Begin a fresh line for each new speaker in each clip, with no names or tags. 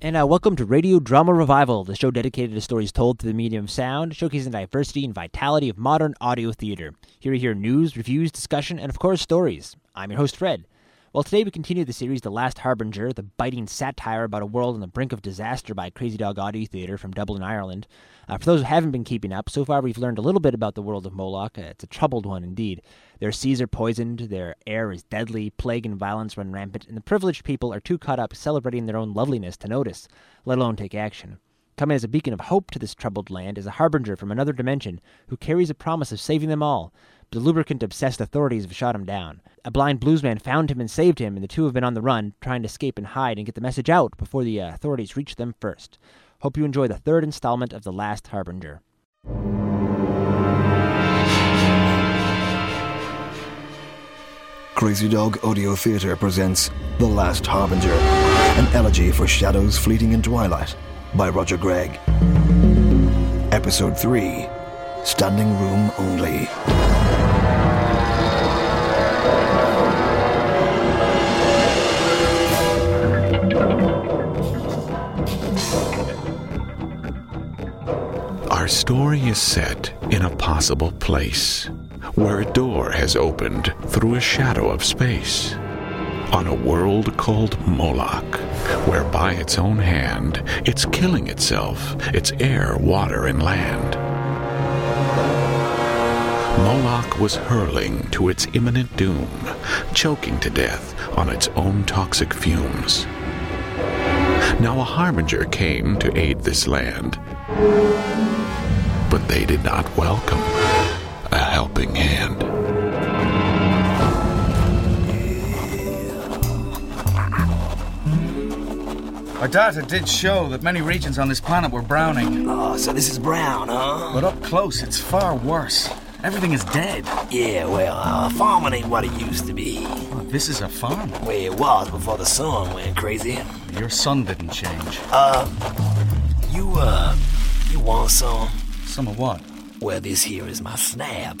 And uh, welcome to Radio Drama Revival, the show dedicated to stories told through the medium of sound, showcasing the diversity and vitality of modern audio theater. Here you hear news, reviews, discussion, and of course, stories. I'm your host, Fred. Well, today we continue the series The Last Harbinger, the biting satire about a world on the brink of disaster by Crazy Dog Audio Theater from Dublin, Ireland. Uh, for those who haven't been keeping up, so far we've learned a little bit about the world of Moloch. Uh, it's a troubled one indeed. Their seas are poisoned, their air is deadly, plague and violence run rampant, and the privileged people are too caught up celebrating their own loveliness to notice, let alone take action. Coming as a beacon of hope to this troubled land is a harbinger from another dimension who carries a promise of saving them all. But the lubricant obsessed authorities have shot him down. A blind bluesman found him and saved him, and the two have been on the run, trying to escape and hide and get the message out before the uh, authorities reach them first. Hope you enjoy the third installment of The Last Harbinger.
Crazy Dog Audio Theatre presents The Last Harbinger, an elegy for shadows fleeting in twilight by Roger Gregg. Episode 3 Standing Room Only.
Our story is set in a possible place where a door has opened through a shadow of space. On a world called Moloch, where by its own hand it's killing itself, its air, water, and land. Moloch was hurling to its imminent doom, choking to death on its own toxic fumes. Now a harbinger came to aid this land, but they did not welcome a helping hand.
Our data did show that many regions on this planet were browning,
Oh, so this is brown, huh?
but up close it's far worse. Everything is dead.
Yeah, well, uh, farming ain't what it used to be.
This is a farm.
Where it was before the sun went crazy. Uh,
Your sun didn't change.
You, uh, you want some?
Some of what?
Well, this here is my snap.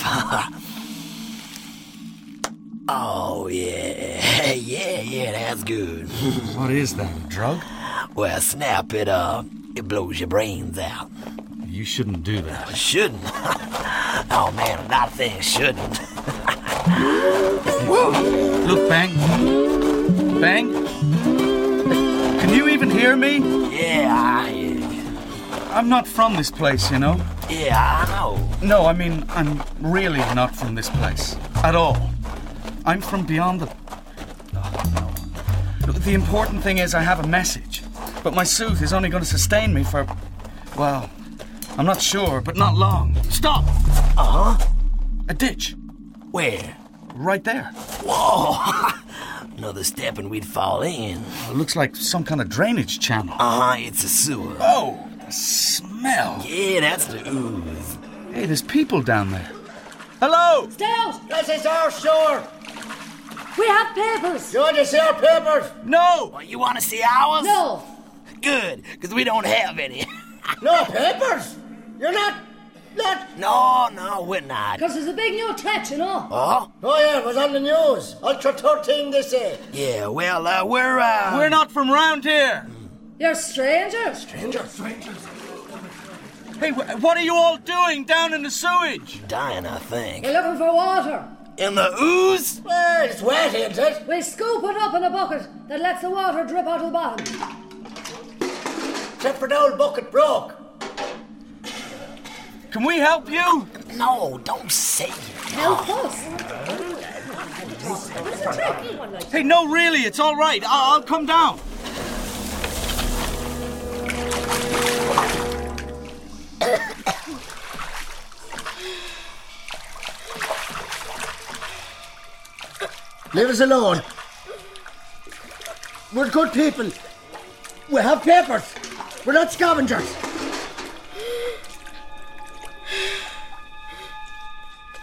oh, yeah. yeah, yeah, that's good.
What is that? Drug?
well, snap, it, uh, it blows your brains out.
You shouldn't do that.
Shouldn't. oh, man, a lot of things shouldn't.
Look, Bang. Bang? Can you even hear me?
Yeah, I,
I'm not from this place, you know.
yeah, I know.
No, I mean, I'm really not from this place. At all. I'm from beyond the. Oh, no. Look, The important thing is I have a message. But my suit is only going to sustain me for. Well, I'm not sure, but not long. Stop!
Uh huh.
A ditch.
Where?
Right there.
Whoa! Another step and we'd fall in.
It looks like some kind of drainage channel.
Uh huh, it's a sewer.
Oh, the smell.
Yeah, that's the ooze.
Hey, there's people down there. Hello!
Stout,
This is our shore.
we have papers.
You want to see our papers?
No!
Well, Oh, you want to see ours?
No,
Good, because we don't have any.
No papers? You're not. Not.
no, no, we're not.
because there's a big new catch, you know.
Huh?
Oh, yeah, it was on the news. Ultra 13, they say.
Yeah, well, uh, we're, uh.
We're not from round here!
You're strangers.
Hey, wh- what are you all doing down in the sewage?
dying, I think.
You're looking for water.
In the ooze?
Well, it's wet, is it?
We scoop it up in a bucket that lets the water drip out of the bottom.
Except for the old bucket broke.
Can we help you?
No, don't say it.
No fuss.
Hey, no, really, it's all right. I- I'll come down.
Leave us alone. We're good people. We have papers. We're not scavengers.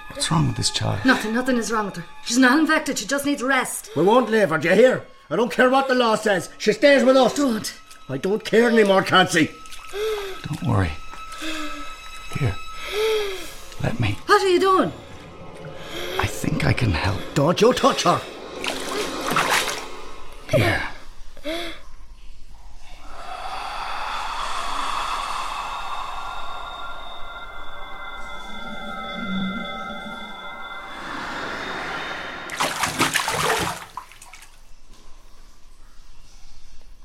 What's wrong with this child?
Nothing, nothing is wrong with her. She's not infected. She just needs rest.
We won't leave her, do you hear? I don't care what the law says. She stays with us.
Don't.
I don't care anymore, Cansey.
Don't worry. Here. Let me.
What are you doing?
I think I can help.
Don't you touch her.
Here.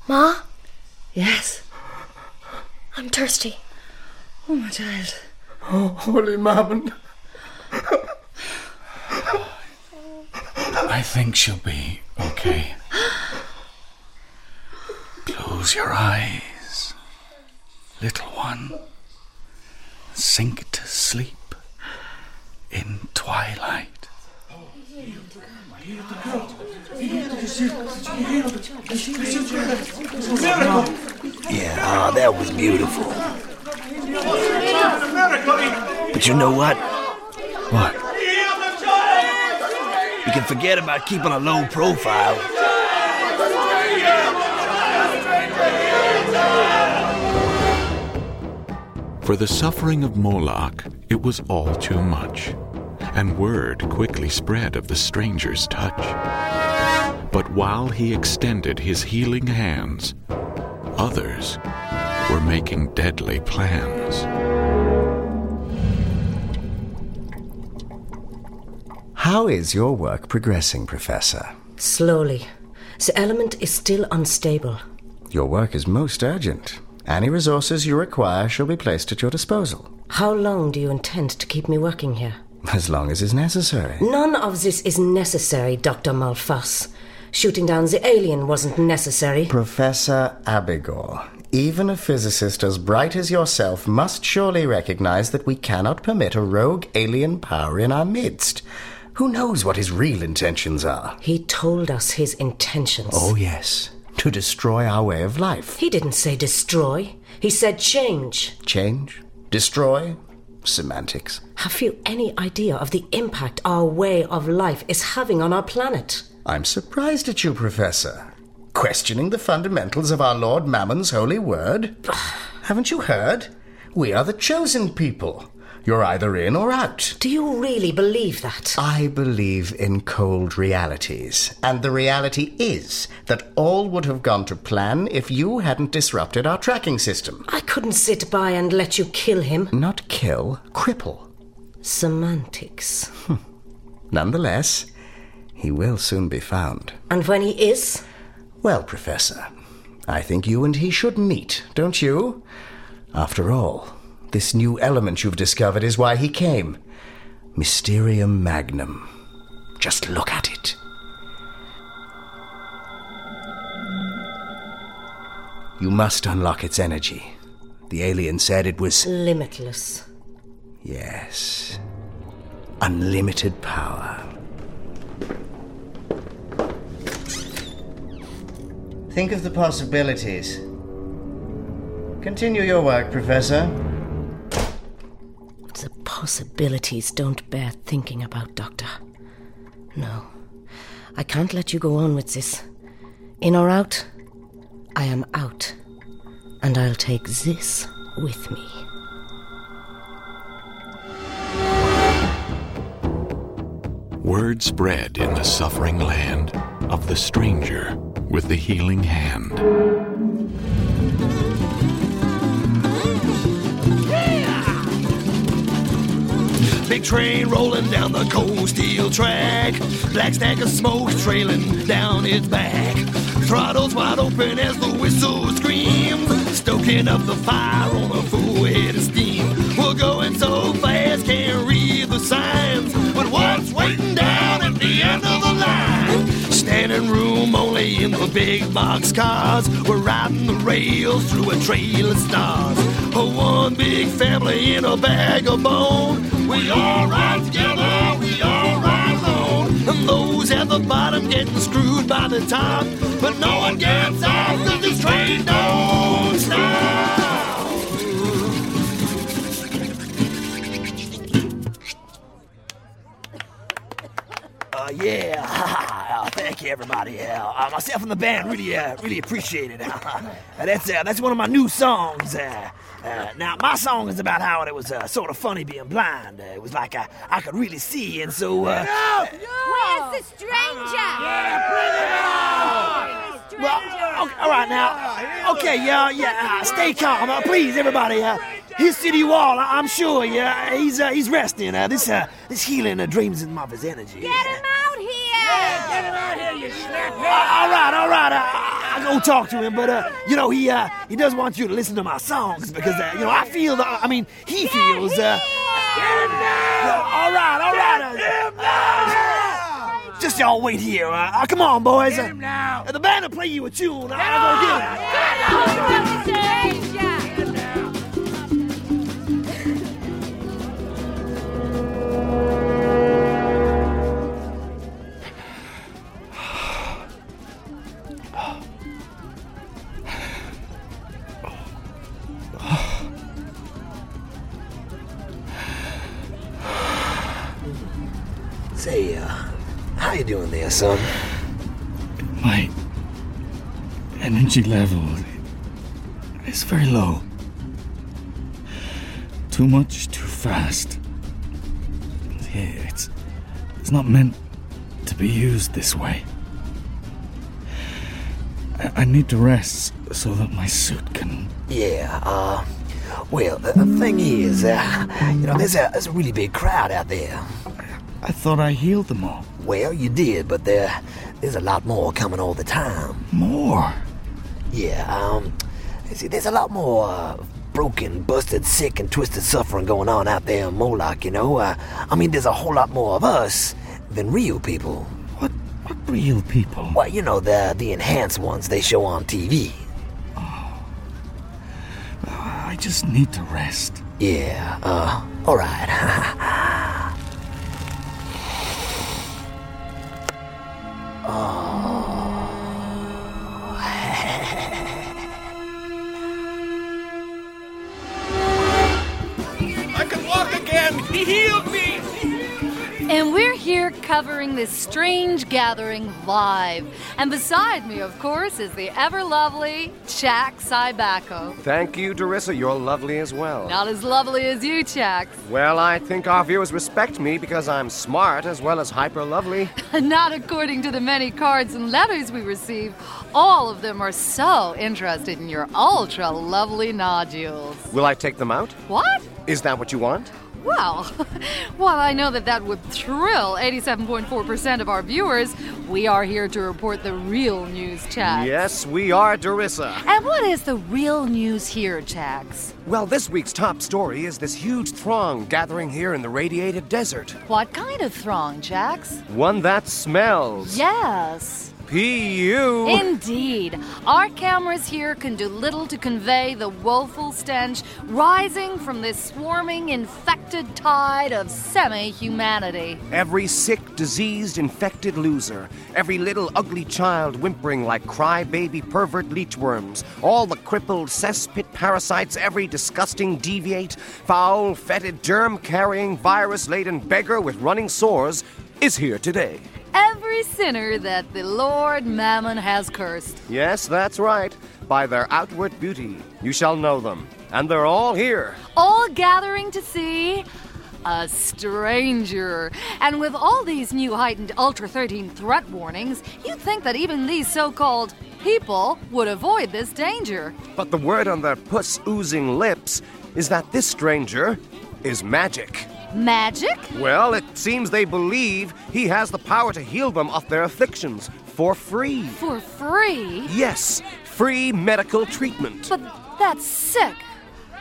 Ma,
Yes.
I'm thirsty.
Oh, my child.
Oh, holy mammon.
I think she'll be okay. Close your eyes, little one. Sink to sleep in twilight.
Yeah, ah, that was beautiful. But you know what?
What?
You can forget about keeping a low profile.
For the suffering of Moloch, it was all too much, and word quickly spread of the stranger's touch. But while he extended his healing hands, others were making deadly plans.
How is your work progressing, Professor?
Slowly. The element is still unstable.
Your work is most urgent. Any resources you require shall be placed at your disposal,
How long do you intend to keep me working here?
as long as is necessary.
None of this is necessary, Dr. Malfas. Shooting down the alien wasn't necessary.
Professor Abigor, even a physicist as bright as yourself must surely recognize that we cannot permit a rogue alien power in our midst. Who knows what his real intentions are?
He told us his intentions.
Oh, yes, to destroy our way of life.
He didn't say destroy. He said change.
Change? Destroy? Semantics.
Have you any idea of the impact our way of life is having on our planet?
I'm surprised at you, Professor. Questioning the fundamentals of our Lord Mammon's holy word? Haven't you heard? We are the chosen people. You're either in or out.
Do you really believe that?
I believe in cold realities, and the reality is that all would have gone to plan if you hadn't disrupted our tracking system.
I couldn't sit by and let you kill him.
Not kill, cripple.
Semantics.
Hmm. Nonetheless, he will soon be found.
And when he is,
Well, Professor, I think you and he should meet, don't you? After all, this new element you've discovered is why he came Mysterium Magnum. Just look at it. You must unlock its energy. The alien said it was.
limitless.
Yes. Unlimited power. Think of the possibilities. Continue your work, Professor.
The possibilities don't bear thinking about, Doctor. No. I can't let you go on with this. In or out, I am out. And I'll take this with me.
Word spread in the suffering land of the stranger with the healing hand.
Big train rolling down the cold steel track. Black stack of smoke trailing down its back. Throttles wide open as the whistle screams. Stoking up the fire on a full head of steam. We're going so fast, can't read the signs. But what's waiting down at the end of the line? Standing room only in the big box cars. We're riding the rails through a trail of stars. A one big family in a bag of bone. We all ride together, we all ride alone. And those at the bottom getting screwed by the top. But no one gets out 'cause this train don't stop. Uh, yeah, uh, thank you, everybody. Yeah, uh, myself and the band really, uh, really appreciate it. Uh, that's uh, that's one of my new songs. Uh, uh, now, my song is about how it was uh, sort of funny being blind. Uh, it was like I, I could really see, and so. Uh,
Where's the stranger?
Well, okay, all right now. Okay, yeah, yeah. Uh, stay calm, uh, please, everybody. Uh, here's City Wall. I- I'm sure. Yeah, he's uh, he's resting. Uh, this uh, this healing uh, drains him of his energy.
Get him out here!
Uh, all right, all right. Uh, I- I'll go talk to him, but uh, you know he uh, he does want you to listen to my songs because uh, you know I feel the, I mean he feels. Uh, Yeah, all right, all right. uh, just y'all wait here. Uh,
Ah,
uh, come on, boys. Uh, the band will play you a tune. I'll go get him.
Ah, Say, uh, how you doing there, son?
My energy level is very low. Too much, too fast. Yeah, It's, it's not meant to be used this way. I, I need to rest so that my suit can.
Yeah, uh, well, the, the thing is, uh, you know, there's a, there's a really big crowd out there.
I thought I healed them all.
Well, you did, but there, there's a lot more coming all the time.
More?
Yeah, um, you see, there's a lot more uh, broken, busted, sick, and twisted suffering going on out there in Moloch, you know? Uh, I mean, there's a whole lot more of us than real people. What,
what real people?
Well, you know, the, the enhanced ones they show on TV.
I just need to rest.
Yeah, uh, alright.
I can walk again! He healed me!
And we're here covering this strange gathering live. And beside me, of course, is the ever lovely Jack Sibacco.
Thank you, Darissa. You're lovely as well.
Not as lovely as you, Jack.
Well, I think our viewers respect me because I'm smart as well as hyper lovely.
Not according to the many cards and letters we receive. All of them are so interested in your ultra lovely nodules.
Will I take them out?
What?
Is that what you want?
Well, while I know that that would thrill 87.4% of our viewers, we are here to report the real news, Chax.
Yes, we are, Darissa.
And what is the real news here, Chax?
Well, this week's top story is this huge throng gathering here in the radiated desert.
What kind of throng, Chax?
One that smells.
Yes.
P.U.
Indeed. Our cameras here can do little to convey the woeful stench rising from this swarming, infected tide of semi humanity.
Every sick, diseased, infected loser. Every little ugly child whimpering like crybaby pervert leechworms. All the crippled cesspit parasites. Every disgusting deviate, foul, fetid, germ carrying, virus laden beggar with running sores is here today.
Every sinner that the Lord Mammon has cursed.
Yes, that's right. By their outward beauty, you shall know them. And they're all here.
All gathering to see a stranger. And with all these new heightened Ultra 13 threat warnings, you'd think that even these so called people would avoid this danger.
But the word on their puss oozing lips is that this stranger is magic.
Magic?
Well, it seems they believe he has the power to heal them of their afflictions for free.
For free?
Yes, free medical treatment.
But that's sick.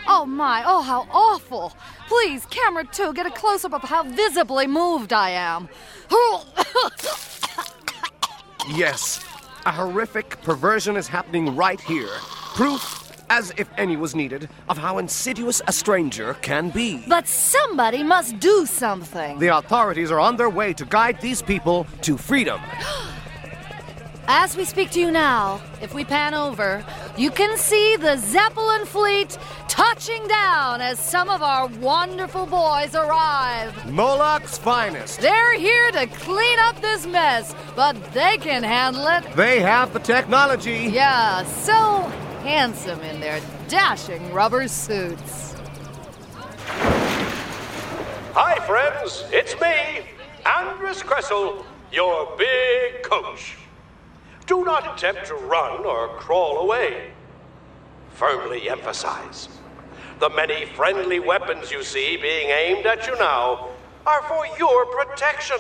Oh my, oh how awful. Please, camera two, get a close up of how visibly moved I am.
Yes, a horrific perversion is happening right here. Proof, as if any was needed, of how insidious a stranger can be.
but somebody must do something.
The authorities are on their way to guide these people to freedom.
As we speak to you now, if we pan over, you can see the Zeppelin fleet touching down as some of our wonderful boys arrive.
Moloch's finest.
They're here to clean up this mess, but they can handle it.
They have the technology.
Yeah, so handsome in their dashing rubber suits.
Hi, friends. It's me, Andrus Kressel, your big coach. Do not attempt to run or crawl away. Firmly emphasize the many friendly weapons you see being aimed at you now are for your protection.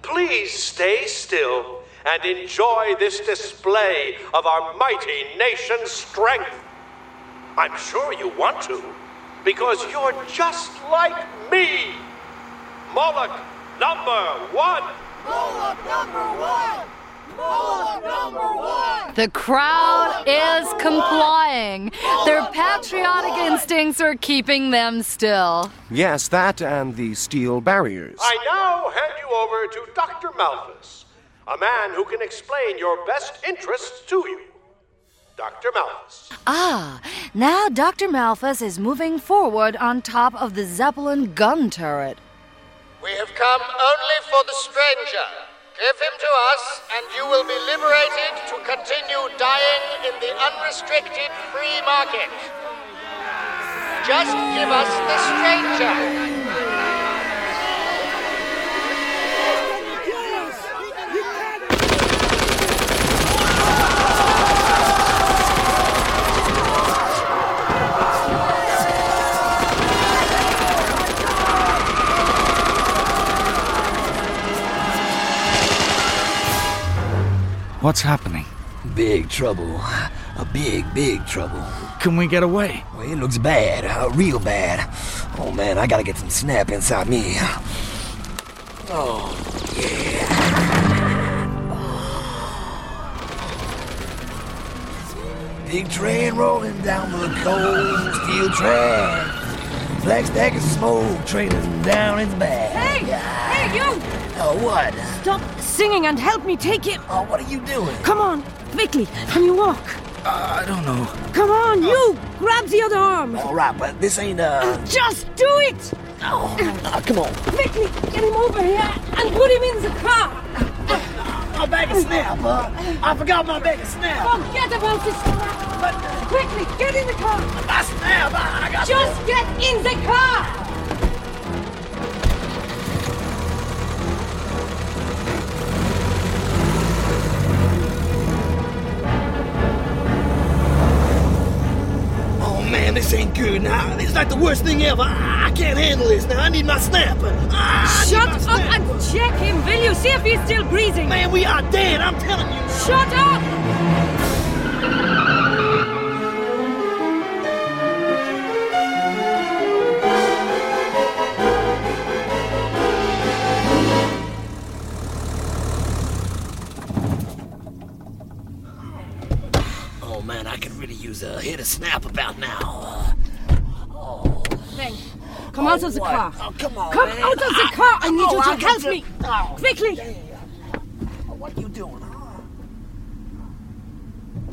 Please stay still and enjoy this display of our mighty nation's strength. I'm sure you want to, because you're just like me. Moloch number one.
Moloch number one. Moloch number one.
The crowd is complying. Their patriotic instincts are keeping them still.
Yes, that and the steel barriers.
I now hand you over to Dr. Malthus, a man who can explain your best interests to you. Dr. Malthus.
Ah, now Dr. Malthus is moving forward on top of the Zeppelin gun turret.
We have come only for the stranger. Give him to us, and you will be liberated to continue dying in the unrestricted free market. Just give us the stranger.
What's happening?
Big trouble. A big, big trouble.
Can we get away?
Well, it looks bad. Uh, real bad. Oh, man, I gotta get some snap inside me. Oh, yeah. Big train rolling down the cold steel track. Black stack of smoke trailing down its back.
Hey! Hey, you!
Oh, what?
Stop singing and help me take him.
Oh, what are you doing?
Come on, quickly. Can you walk?
Uh, I don't know.
Come on, you! Grab the other arm!
All right, but this ain't, uh... uh
just do it!
Oh, uh, come on.
Quickly, get him over here and put him in the car!
My bag of snap, huh? I forgot my bag of snap!
Forget about the snap! But, quickly, get in the car!
My snap, I, I got...
Just
snap.
get in the car!
Oh, man, this ain't good. Now this is like the worst thing ever. Ah, I, I can't handle this. Now I need my snap. I
Shut
my
up
snap.
and check him, will you? See if he's still breathing.
Man, we are dead. I'm telling you.
Shut up.
Oh man, I could really use a hit a snap about now. Uh, oh.
Bang. Come oh, out of the
what?
car.
Oh, come on,
come
man.
out of the
I,
car. I need
oh,
you to
I
help
just,
me.
Oh,
Quickly.
damn. Oh, what are you doing?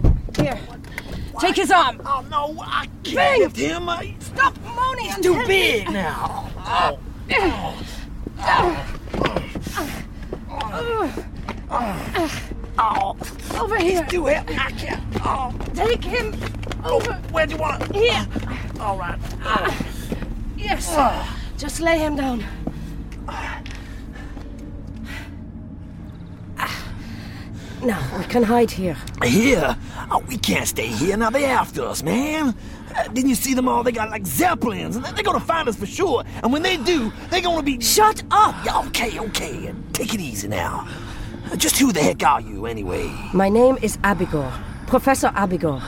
Oh,
Here. Take his arm.
Oh no, I can't
Bang.
lift him. I,
Stop moaning
he's
and
too
help
big
me.
now. Oh, oh, oh, oh.
Over
he's
here.
too heavy. I can't. Oh,
Take him
oh.
over
where do you want? it?
here. Ah.
All right. Oh.
Yes.
Oh.
Just lay him down. Ah. Now we can hide here.
Here? Oh, we can't stay here. Now they after us, man. Uh, didn't you see them all? They got like zeppelins, and they're gonna find us for sure. And when they do, they're gonna be.
Shut up.
Yeah, okay, okay. Take it easy now. Uh, Just who the heck are you, anyway?
My name is Abigor, Professor Abigor.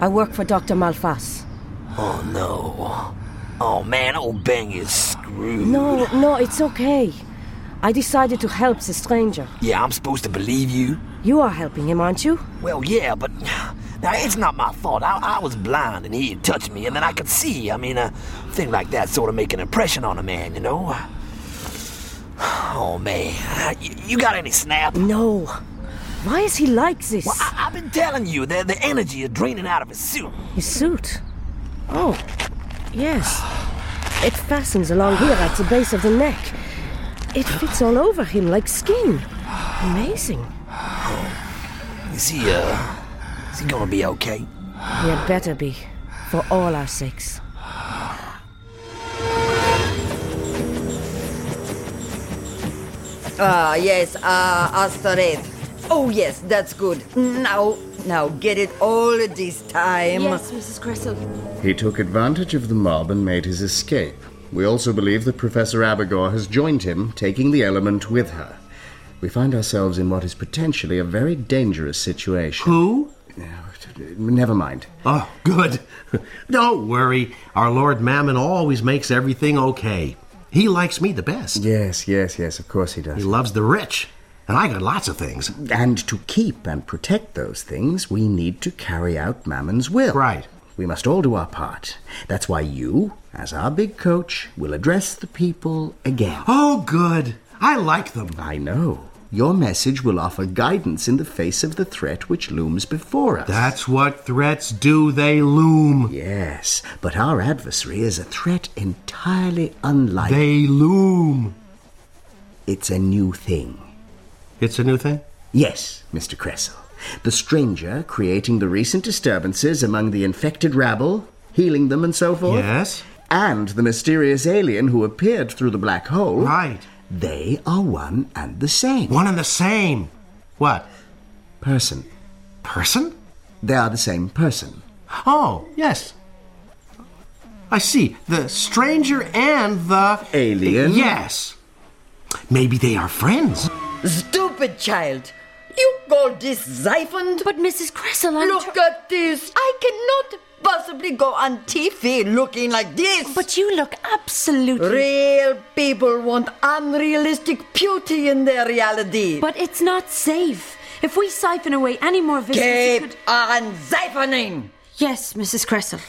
I work for Dr. Malfas.
Oh no. Oh man, old Bang is screwed.
No, no, it's okay. I decided to help the stranger.
Yeah, I'm supposed to believe you.
You are helping him, aren't you?
Well, yeah, but now it's not my fault. I, I was blind, and he had touched me, and then I could see. I mean, a thing like that sort of make an impression on a man, you know. Oh man, you, you got any snap?
No. Why is he like this?
Well, I, I've been telling you that the energy is draining out of his suit.
His suit. Oh, yes. It fastens along here at the base of the neck. It fits all over him like skin. Amazing.
Is he uh, is he gonna be okay?
He had better be, for all our sakes.
Ah, yes, ah, uh, Astoret. Oh, yes, that's good. Now, now, get it all this time.
Yes, Mrs. Cressel.
He took advantage of the mob and made his escape. We also believe that Professor Abigor has joined him, taking the element with her.
we find ourselves in what is potentially a very dangerous situation.
Who?
Never mind.
Oh, good. Don't worry. Our Lord Mammon always makes everything okay. He likes me the best.
Yes, yes, yes, of course he does.
He loves the rich. And I got lots of things.
And to keep and protect those things, we need to carry out Mammon's will.
Right.
We must all do our part. That's why you, as our big coach, will address the people again.
Oh, good. I like them.
I know. Your message will offer guidance in the face of the threat which looms before us.
That's what threats do, they loom.
Yes, but our adversary is a threat entirely unlike.
They loom.
It's a new thing.
It's a new thing?
Yes, Mr. Cressel. The stranger creating the recent disturbances among the infected rabble, healing them and so forth.
Yes.
And the mysterious alien who appeared through the black hole.
Right.
They are one and the same.
One and the same. What?
Person.
Person?
They are the same person.
Oh, yes. I see. The stranger and the.
Alien?
Yes. Maybe they are friends.
Stupid child! You call this siphoned?
But Mrs. Cressel, I'm
Look
tr-
at this! I cannot possibly go on TV looking like this!
But you look absolutely.
Real people want unrealistic beauty in their reality.
But it's not safe. If we siphon away any more visitors, it
Keep
could-
on siphoning!
Yes, Mrs. Cressel.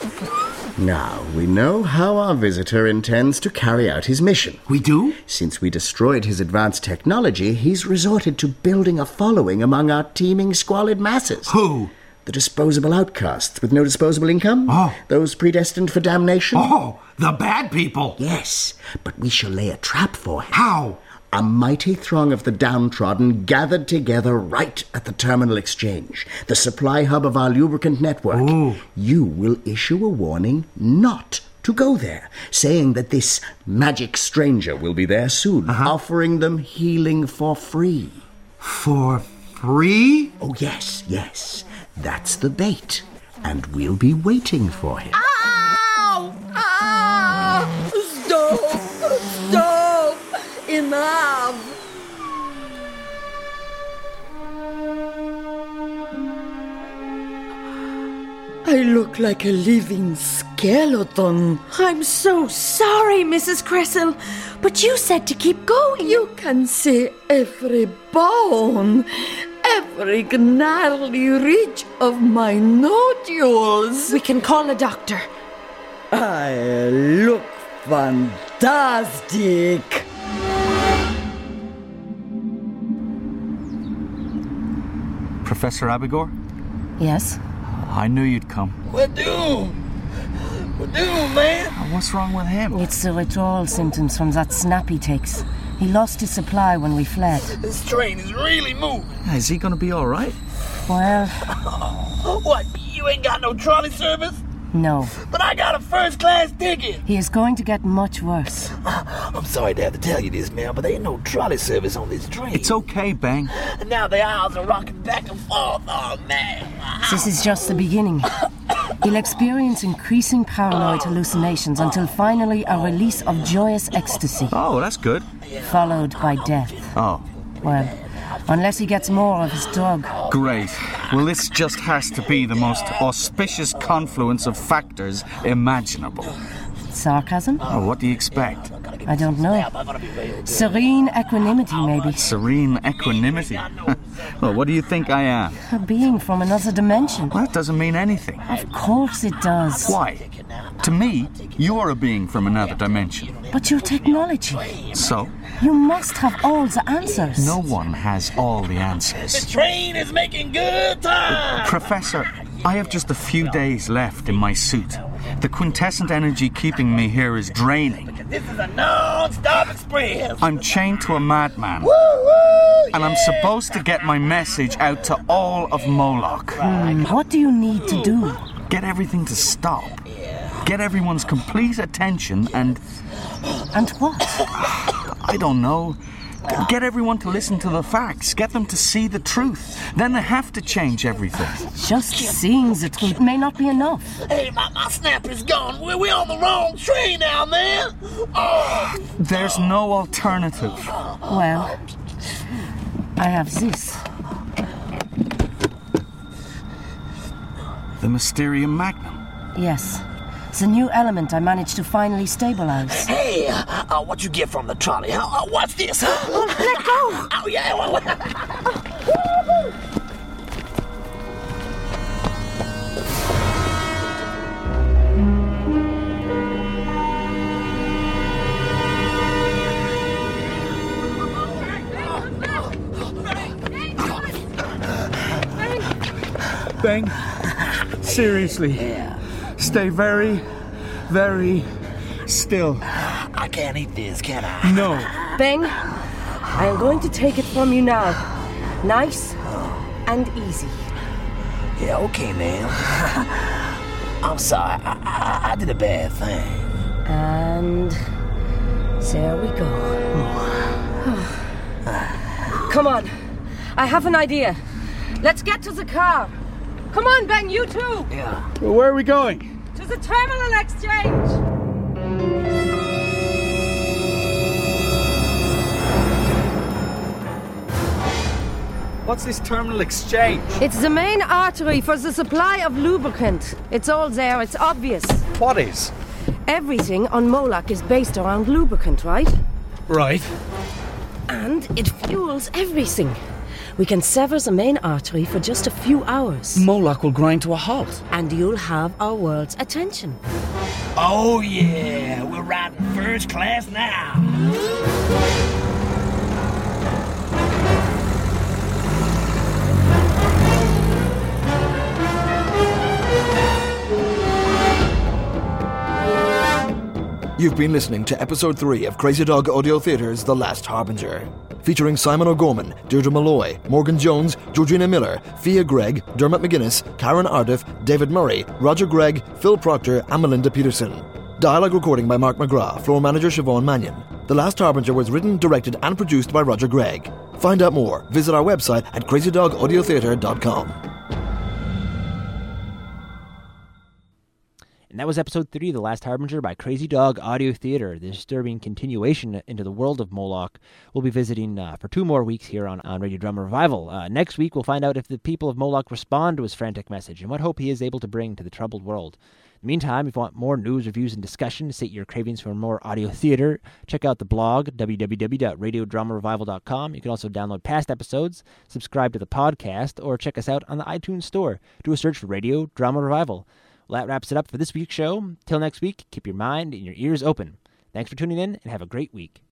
Now, we know how our visitor intends to carry out his mission.
We do?
Since we destroyed his advanced technology, he's resorted to building a following among our teeming, squalid masses.
Who?
The disposable outcasts with no disposable income?
Oh.
Those predestined for damnation?
Oh, the bad people.
Yes, but we shall lay a trap for him.
How?
A mighty throng of the downtrodden gathered together right at the terminal exchange, the supply hub of our lubricant network.
Ooh.
You will issue a warning not to go there, saying that this magic stranger will be there soon,
Uh-huh.
offering them healing for free.
For free?
Oh, yes, yes. That's the bait. And we'll be waiting for him.
Ow! Ow! Stop! Stop! Enough! I look like a living skeleton.
I'm so sorry, Mrs. Cressel, but you said to keep going.
You can see every bone, every gnarly ridge of my nodules.
We can call a doctor.
I look fantastic.
Professor Abigor,
Yes?
I knew you'd come.
We're doomed. We're doomed, man.
What's wrong with him?
It's the withdrawal symptoms from that snap he takes. He lost his supply when we fled.
This train is really moving.
Is he gonna be all right?
Well,
What? You ain't got no trolley service?
no.
Oh,
But I got a first class ticket.
He is going to get much worse.
I'm sorry to have to tell you this, man, but there ain't no trolley service on this train.
It's okay, Bang.
And now the aisles are rocking back and forth. Oh, man.
This is just the beginning. He'll experience increasing paranoid hallucinations until finally a release of joyous ecstasy,
Oh, that's good.
followed by death.
Oh,
Well, unless he gets more of his drug.
Great. Well, this just has to be the most auspicious confluence of factors imaginable.
Sarcasm?
Oh, what do you expect?
I don't know. Serene equanimity, maybe.
Serene equanimity. well, what do you think I am?
A being from another dimension.
Well, that doesn't mean anything.
Of course it does.
Why? To me, you're a being from another dimension.
But your technology.
So,
You must have all the answers.
no one has all the answers.
The train is making good time.
Professor, I have just a few days left in my suit. The quintessent energy keeping me here is draining.
This is a non-stop express.
I'm chained to a madman. And I'm supposed to get my message out to all of Moloch.
Hmm, what do you need to do?
Get everything to stop. Get everyone's complete attention and,
And what?
I don't know, get everyone to listen to the facts. Get them to see the truth. Then they have to change everything.
Just seeing the truth may not be enough.
Hey, my, my snapper's gone. We're, we're on the wrong train now, man. Oh,
There's no alternative.
Well, I have this.
The Mysterium Magnum.
Yes. The new element I managed to finally stabilize.
Hey, uh, what you get from the trolley? Huh? Uh, what's this? oh, let go! Oh, yeah. what- what-
Bang. Seriously. Stay very, very still.
I can't eat this, can I?
No.
Beng, I am going to take it from you now. Nice
Oh.
and easy.
Yeah, okay, man. I'm sorry. I, I, I did a bad thing.
And there we go. Come on. I have an idea. Let's get to the car. Come on, Ben, you too. Yeah.
Where are we going?
To the terminal exchange.
What's this terminal exchange?
It's the main artery for the supply of lubricant. It's all there, it's obvious.
What is?
Everything on Moloch is based around lubricant, right?
Right.
And it fuels everything. We can sever the main artery for just a few hours.
Moloch will grind to a halt.
And you'll have our world's attention.
Oh, yeah. We're riding first class now.
You've been listening to episode 3 of Crazy Dog Audio Theater's The Last Harbinger, featuring Simon O'Gorman, Deirdre Malloy, Morgan Jones, Georgina Miller, Fia Gregg, Dermot McGuinness, Karen Ardiff, David Murray, Roger Gregg, Phil Proctor, and Melinda Peterson. Dialogue recording by Mark McGrath, floor manager Siobhan Mannion. The Last Harbinger was written, directed, and produced by Roger Gregg. Find out more. Visit our website at crazydogaudiotheater.com.
And that was episode three, The Last Harbinger by Crazy Dog Audio Theater, the disturbing continuation into the world of Moloch. We'll be visiting uh, for two more weeks here on, on Radio Drama Revival. Uh, next week, we'll find out if the people of Moloch respond to his frantic message and what hope he is able to bring to the troubled world. In the meantime, if you want more news, reviews, and discussion to sate your cravings for more audio theater, check out the blog, www.radiodramarevival.com. You can also download past episodes, subscribe to the podcast, or check us out on the iTunes Store. Do a search for Radio Drama Revival. Well, that wraps it up for this week's show. Till next week, keep your mind and your ears open. Thanks for tuning in and have a great week.